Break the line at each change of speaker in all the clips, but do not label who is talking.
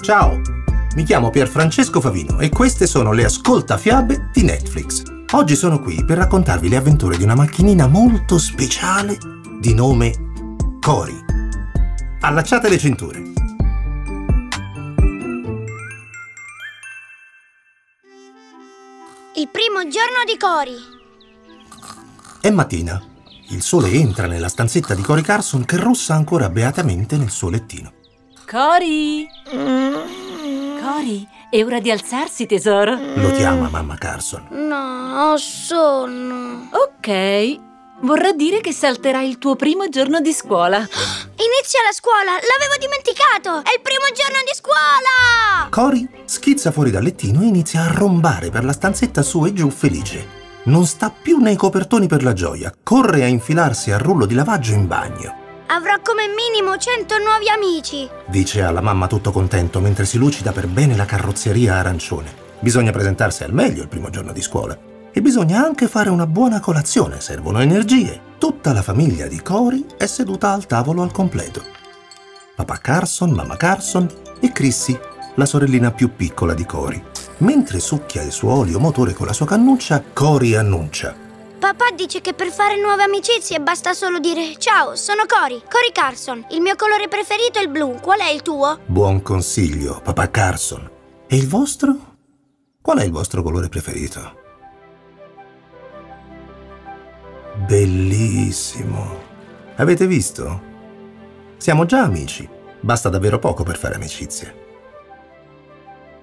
Ciao, mi chiamo Pierfrancesco Favino e queste sono le ascoltafiabe di Netflix. Oggi sono qui per raccontarvi le avventure di una macchinina molto speciale di nome Cori. Allacciate le cinture.
Il primo giorno di Cori.
È mattina. Il sole entra nella stanzetta di Cori Carson che russa ancora beatamente nel suo lettino.
Cori! Cori, è ora di alzarsi, tesoro.
Lo chiama mamma Carson.
No, ho sonno.
Ok, vorrà dire che salterà il tuo primo giorno di scuola.
Inizia la scuola, l'avevo dimenticato! È il primo giorno di scuola!
Cori schizza fuori dal lettino e inizia a rombare per la stanzetta su e giù felice. Non sta più nei copertoni per la gioia, corre a infilarsi al rullo di lavaggio in bagno.
Avrò come minimo 100 nuovi amici.
Dice alla mamma tutto contento mentre si lucida per bene la carrozzeria arancione. Bisogna presentarsi al meglio il primo giorno di scuola. E bisogna anche fare una buona colazione, servono energie. Tutta la famiglia di Cori è seduta al tavolo al completo. Papà Carson, mamma Carson e Chrissy, la sorellina più piccola di Cori. Mentre succhia il suo olio motore con la sua cannuccia, Cori annuncia.
Papà dice che per fare nuove amicizie basta solo dire Ciao, sono Cori, Cori Carson. Il mio colore preferito è il blu. Qual è il tuo?
Buon consiglio, papà Carson. E il vostro? Qual è il vostro colore preferito? Bellissimo. Avete visto? Siamo già amici. Basta davvero poco per fare amicizie.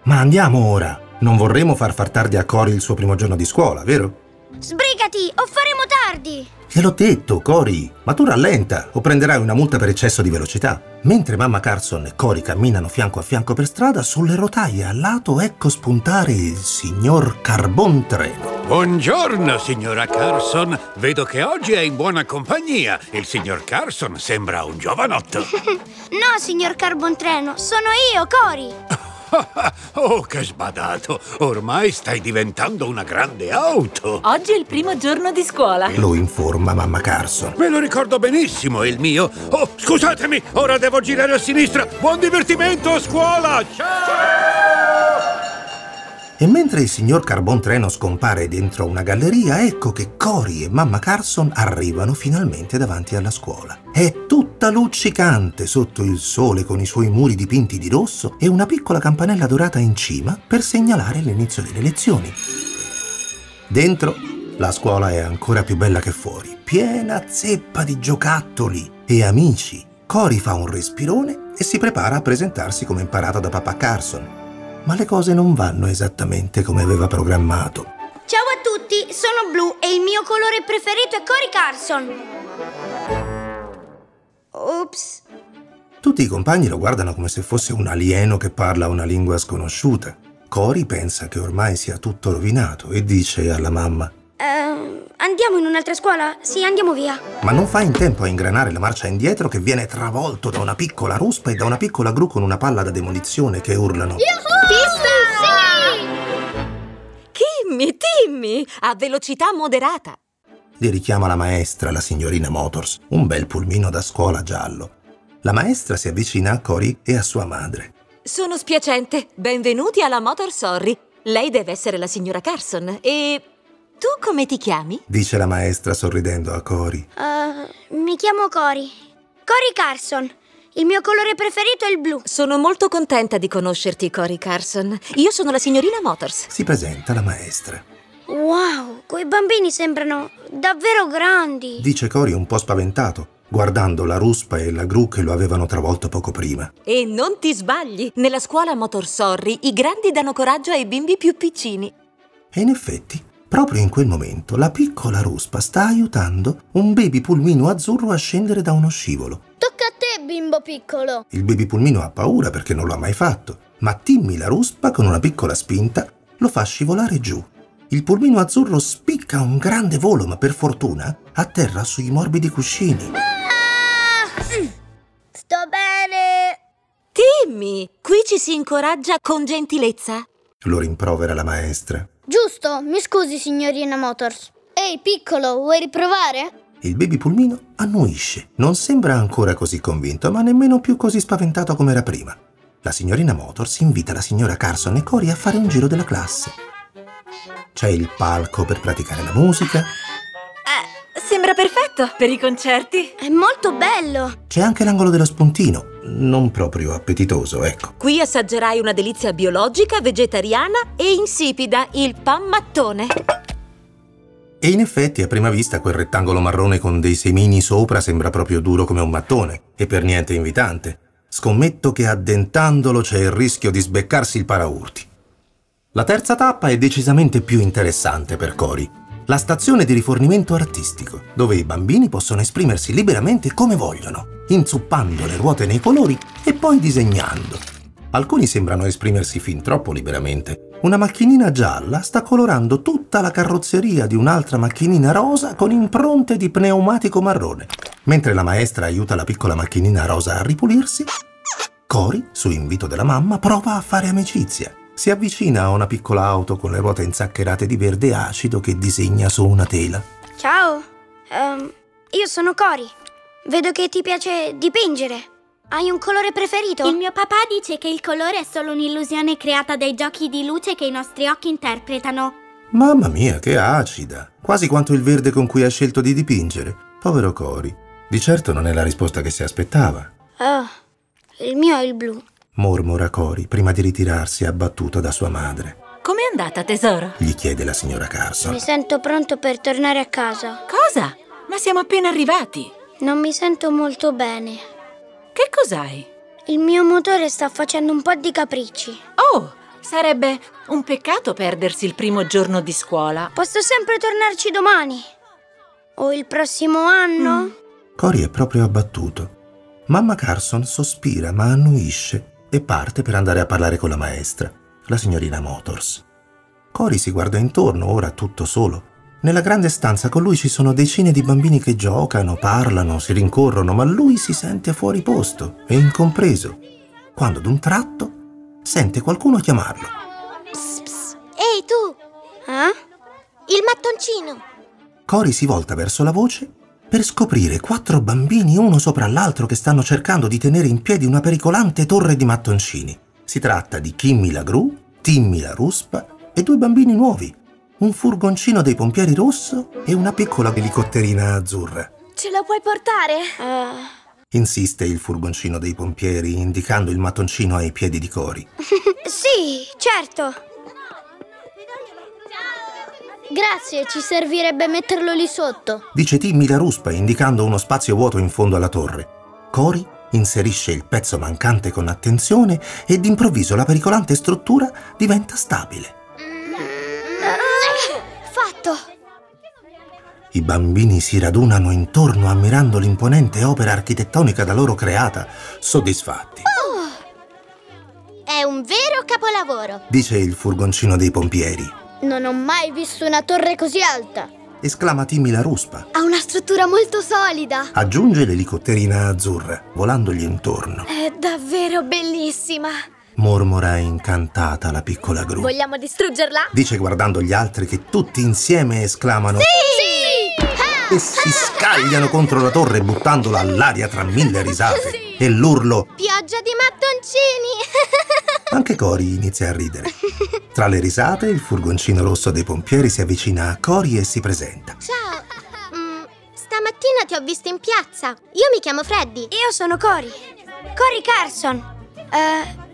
Ma andiamo ora. Non vorremmo far far tardi a Cory il suo primo giorno di scuola, vero?
Sbrigati o faremo tardi!
Gliel'ho detto, Cory, ma tu rallenta o prenderai una multa per eccesso di velocità. Mentre mamma Carson e Cory camminano fianco a fianco per strada, sulle rotaie a lato ecco spuntare il signor Carbon Treno.
Buongiorno, signora Carson. Vedo che oggi è in buona compagnia. Il signor Carson sembra un giovanotto.
No, signor Carbontreno, sono io, Cori!
oh, che sbadato! Ormai stai diventando una grande auto.
Oggi è il primo giorno di scuola.
Lo informa mamma Carson.
Me lo ricordo benissimo, il mio. Oh, scusatemi, ora devo girare a sinistra. Buon divertimento a scuola! Ciao!
E mentre il signor Carbon Treno scompare dentro una galleria, ecco che Cory e mamma Carson arrivano finalmente davanti alla scuola. È tutta luccicante sotto il sole con i suoi muri dipinti di rosso e una piccola campanella dorata in cima per segnalare l'inizio delle lezioni. Dentro la scuola è ancora più bella che fuori, piena zeppa di giocattoli e amici. Cory fa un respirone e si prepara a presentarsi come imparato da papà Carson. Ma le cose non vanno esattamente come aveva programmato.
Ciao a tutti, sono blu e il mio colore preferito è Cori Carson. Ops.
Tutti i compagni lo guardano come se fosse un alieno che parla una lingua sconosciuta. Cory pensa che ormai sia tutto rovinato e dice alla mamma,
Ehm, andiamo in un'altra scuola? Sì, andiamo via.
ma non fa in tempo a ingranare la marcia indietro che viene travolto da una piccola ruspa e da una piccola gru con una palla da demolizione che urlano.
Pista! Sì!
Timmy, Timmy, a velocità moderata.
Li richiama la maestra, la signorina Motors, un bel pulmino da scuola giallo. La maestra si avvicina a Cory e a sua madre.
Sono spiacente. Benvenuti alla Motor Sorry. Lei deve essere la signora Carson. E tu come ti chiami?
Dice la maestra sorridendo a Cory.
Eh, mi chiamo Cori. Cori Carson. Il mio colore preferito è il blu.
Sono molto contenta di conoscerti, Cory Carson. Io sono la signorina Motors.
Si presenta la maestra.
Wow, quei bambini sembrano davvero grandi.
Dice Cory un po' spaventato, guardando la ruspa e la gru che lo avevano travolto poco prima.
E non ti sbagli! Nella scuola Motor Sorry i grandi danno coraggio ai bimbi più piccini.
E in effetti, proprio in quel momento, la piccola ruspa sta aiutando un baby pulmino azzurro a scendere da uno scivolo.
Tocca a te, bimbo piccolo.
Il baby pulmino ha paura perché non lo ha mai fatto, ma Timmy la ruspa, con una piccola spinta, lo fa scivolare giù. Il pulmino azzurro spicca un grande volo, ma per fortuna atterra sui morbidi cuscini.
Ah. Sto bene.
Timmy, qui ci si incoraggia con gentilezza.
Lo rimprovera la maestra.
Giusto, mi scusi signorina Motors. Ehi piccolo, vuoi riprovare?
Il baby pulmino annuisce. Non sembra ancora così convinto, ma nemmeno più così spaventato come era prima. La signorina Motors invita la signora Carson e Cory a fare un giro della classe. C'è il palco per praticare la musica,
Eh, sembra perfetto per i concerti.
È molto bello!
c'è anche l'angolo dello spuntino, non proprio appetitoso, ecco.
Qui assaggerai una delizia biologica, vegetariana e insipida, il pan mattone.
E in effetti a prima vista quel rettangolo marrone con dei semini sopra sembra proprio duro come un mattone e per niente invitante. Scommetto che addentandolo c'è il rischio di sbeccarsi il paraurti. La terza tappa è decisamente più interessante per Cori. La stazione di rifornimento artistico, dove i bambini possono esprimersi liberamente come vogliono, inzuppando le ruote nei colori e poi disegnando. Alcuni sembrano esprimersi fin troppo liberamente. Una macchinina gialla sta colorando tutta la carrozzeria di un'altra macchinina rosa con impronte di pneumatico marrone. Mentre la maestra aiuta la piccola macchinina rosa a ripulirsi, Cory, su invito della mamma, prova a fare amicizia. Si avvicina a una piccola auto con le ruote insaccherate di verde acido che disegna su una tela.
Ciao! Ehm, io sono Cory. Vedo che ti piace dipingere. Hai un colore preferito?
Il mio papà dice che il colore è solo un'illusione creata dai giochi di luce che i nostri occhi interpretano.
Mamma mia, che acida! Quasi quanto il verde con cui ha scelto di dipingere. Povero Cory. Di certo non è la risposta che si aspettava,
Ah, il mio è il blu.
mormora Cory prima di ritirarsi abbattuta da sua madre.
Com'è andata, tesoro?
Gli chiede la signora Carson.
Mi sento pronto per tornare a casa.
Cosa? Ma siamo appena arrivati.
Non mi sento molto bene.
Che cos'hai?
Il mio motore sta facendo un po' di capricci.
Oh, sarebbe un peccato perdersi il primo giorno di scuola.
Posso sempre tornarci domani. O il prossimo anno.
Mm.
Cory è proprio abbattuto. Mamma Carson sospira ma annuisce e parte per andare a parlare con la maestra, la signorina Motors. Cory si guarda intorno, ora tutto solo. Nella grande stanza con lui ci sono decine di bambini che giocano, parlano, si rincorrono, ma lui si sente fuori posto e incompreso, quando d'un tratto sente qualcuno chiamarlo.
Ehi tu,
Eh?
il mattoncino!
Cory si volta verso la voce per scoprire quattro bambini uno sopra l'altro che stanno cercando di tenere in piedi una pericolante torre di mattoncini. Si tratta di Kimmy la Gru, Timmy la Ruspa e due bambini nuovi, un furgoncino dei pompieri rosso e una piccola elicotterina azzurra.
Ce la puoi portare?
Eh,
Insiste il furgoncino dei pompieri indicando il mattoncino ai piedi di Cory.
sì, certo.
Grazie, ci servirebbe metterlo lì sotto.
Dice Timmy la ruspa indicando uno spazio vuoto in fondo alla torre. Cory inserisce il pezzo mancante con attenzione e d'improvviso la pericolante struttura diventa stabile.
Eh,
Fatto.
I bambini si radunano intorno ammirando l'imponente opera architettonica da loro creata, soddisfatti.
È un vero capolavoro!
Dice il furgoncino dei pompieri.
Non ho mai visto una torre così alta!
Esclama Timmy la ruspa.
Ha una struttura molto solida!
Aggiunge l'elicotterina azzurra, volandogli intorno.
È davvero bellissima!
Mormora incantata la piccola gru.
Vogliamo distruggerla?
Dice guardando gli altri che tutti insieme esclamano
Sì!
e si scagliano contro la torre buttandola all'aria tra mille risate e l'urlo
Pioggia di mattoncini!
Anche Cory inizia a ridere. Tra le risate, il furgoncino rosso dei pompieri si avvicina a Cory e si presenta.
Ciao! Mm, stamattina ti ho visto in piazza. Io mi chiamo Freddy.
Io sono Cory. Cory Carson. Eh,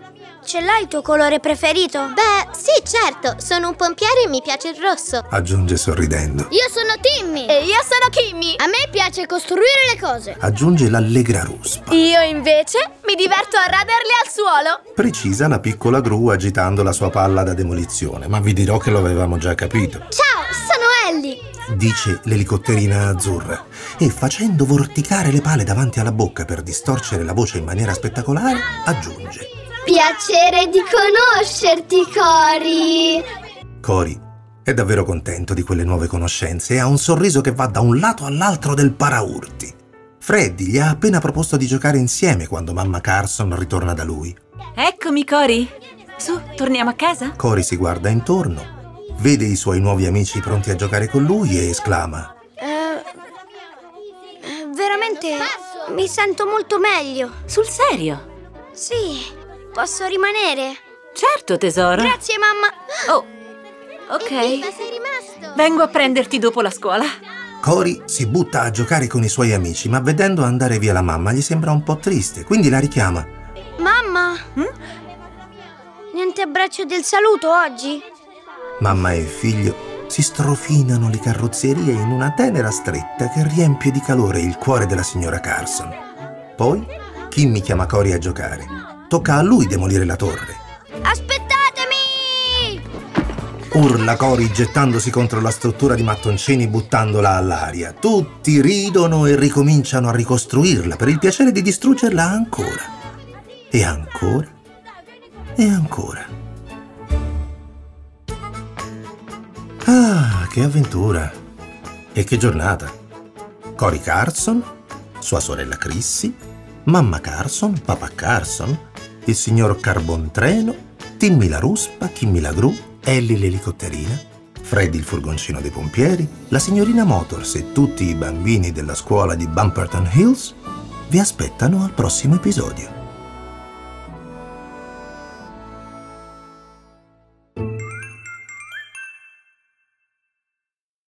ce l'hai il tuo colore preferito?
Beh, sì, certo, sono un pompiere e mi piace il rosso.
Aggiunge sorridendo.
Io sono Timmy. E io sono Kimmy. A me piace costruire le cose.
Aggiunge l'allegra ruspa.
Io invece mi diverto a raderle al suolo.
Precisa la piccola gru agitando la sua palla da demolizione, ma vi dirò che lo avevamo già capito.
Ciao, sono Ellie.
Dice l'elicotterina azzurra. E facendo vorticare le pale davanti alla bocca per distorcere la voce in maniera spettacolare, aggiunge.
Piacere di conoscerti, Cori.
Eh,
Cory è davvero contento di quelle nuove conoscenze e ha un sorriso che va da un lato all'altro del paraurti. Freddy gli ha appena proposto di giocare insieme quando mamma Carson ritorna da lui.
Eccomi, Cory. Su, torniamo a casa?
Cory si guarda intorno, vede i suoi nuovi amici pronti a giocare con lui e esclama:
Eh, Finalmente mi sento molto meglio.
Sul serio?
Sì, posso rimanere.
Certo, tesoro.
Grazie, mamma.
Oh, ok.
sei rimasto?
Vengo a prenderti dopo la scuola.
Cory si butta a giocare con i suoi amici, ma vedendo andare via la mamma gli sembra un po' triste, quindi la richiama.
Mamma? Hm? Niente abbraccio del saluto oggi?
Mamma e figlio si strofinano le carrozzerie in una tenera stretta che riempie di calore il cuore della signora Carson. Poi Kimmy chiama Cory a giocare. Tocca a lui demolire la torre.
Aspettatemi!
Urla Cory gettandosi contro la struttura di mattoncini buttandola all'aria. Tutti ridono e ricominciano a ricostruirla per il piacere di distruggerla ancora. E ancora. E ancora. Ah, che avventura. E che giornata. Cory Carson, sua sorella Chrissy, mamma Carson, papà Carson, il signor Carbontreno, Timmy la ruspa, Kimmy la gru, Ellie l'elicotterina, Freddy il furgoncino dei pompieri, la signorina Motors e tutti i bambini della scuola di Bumperton Hills vi aspettano al prossimo episodio.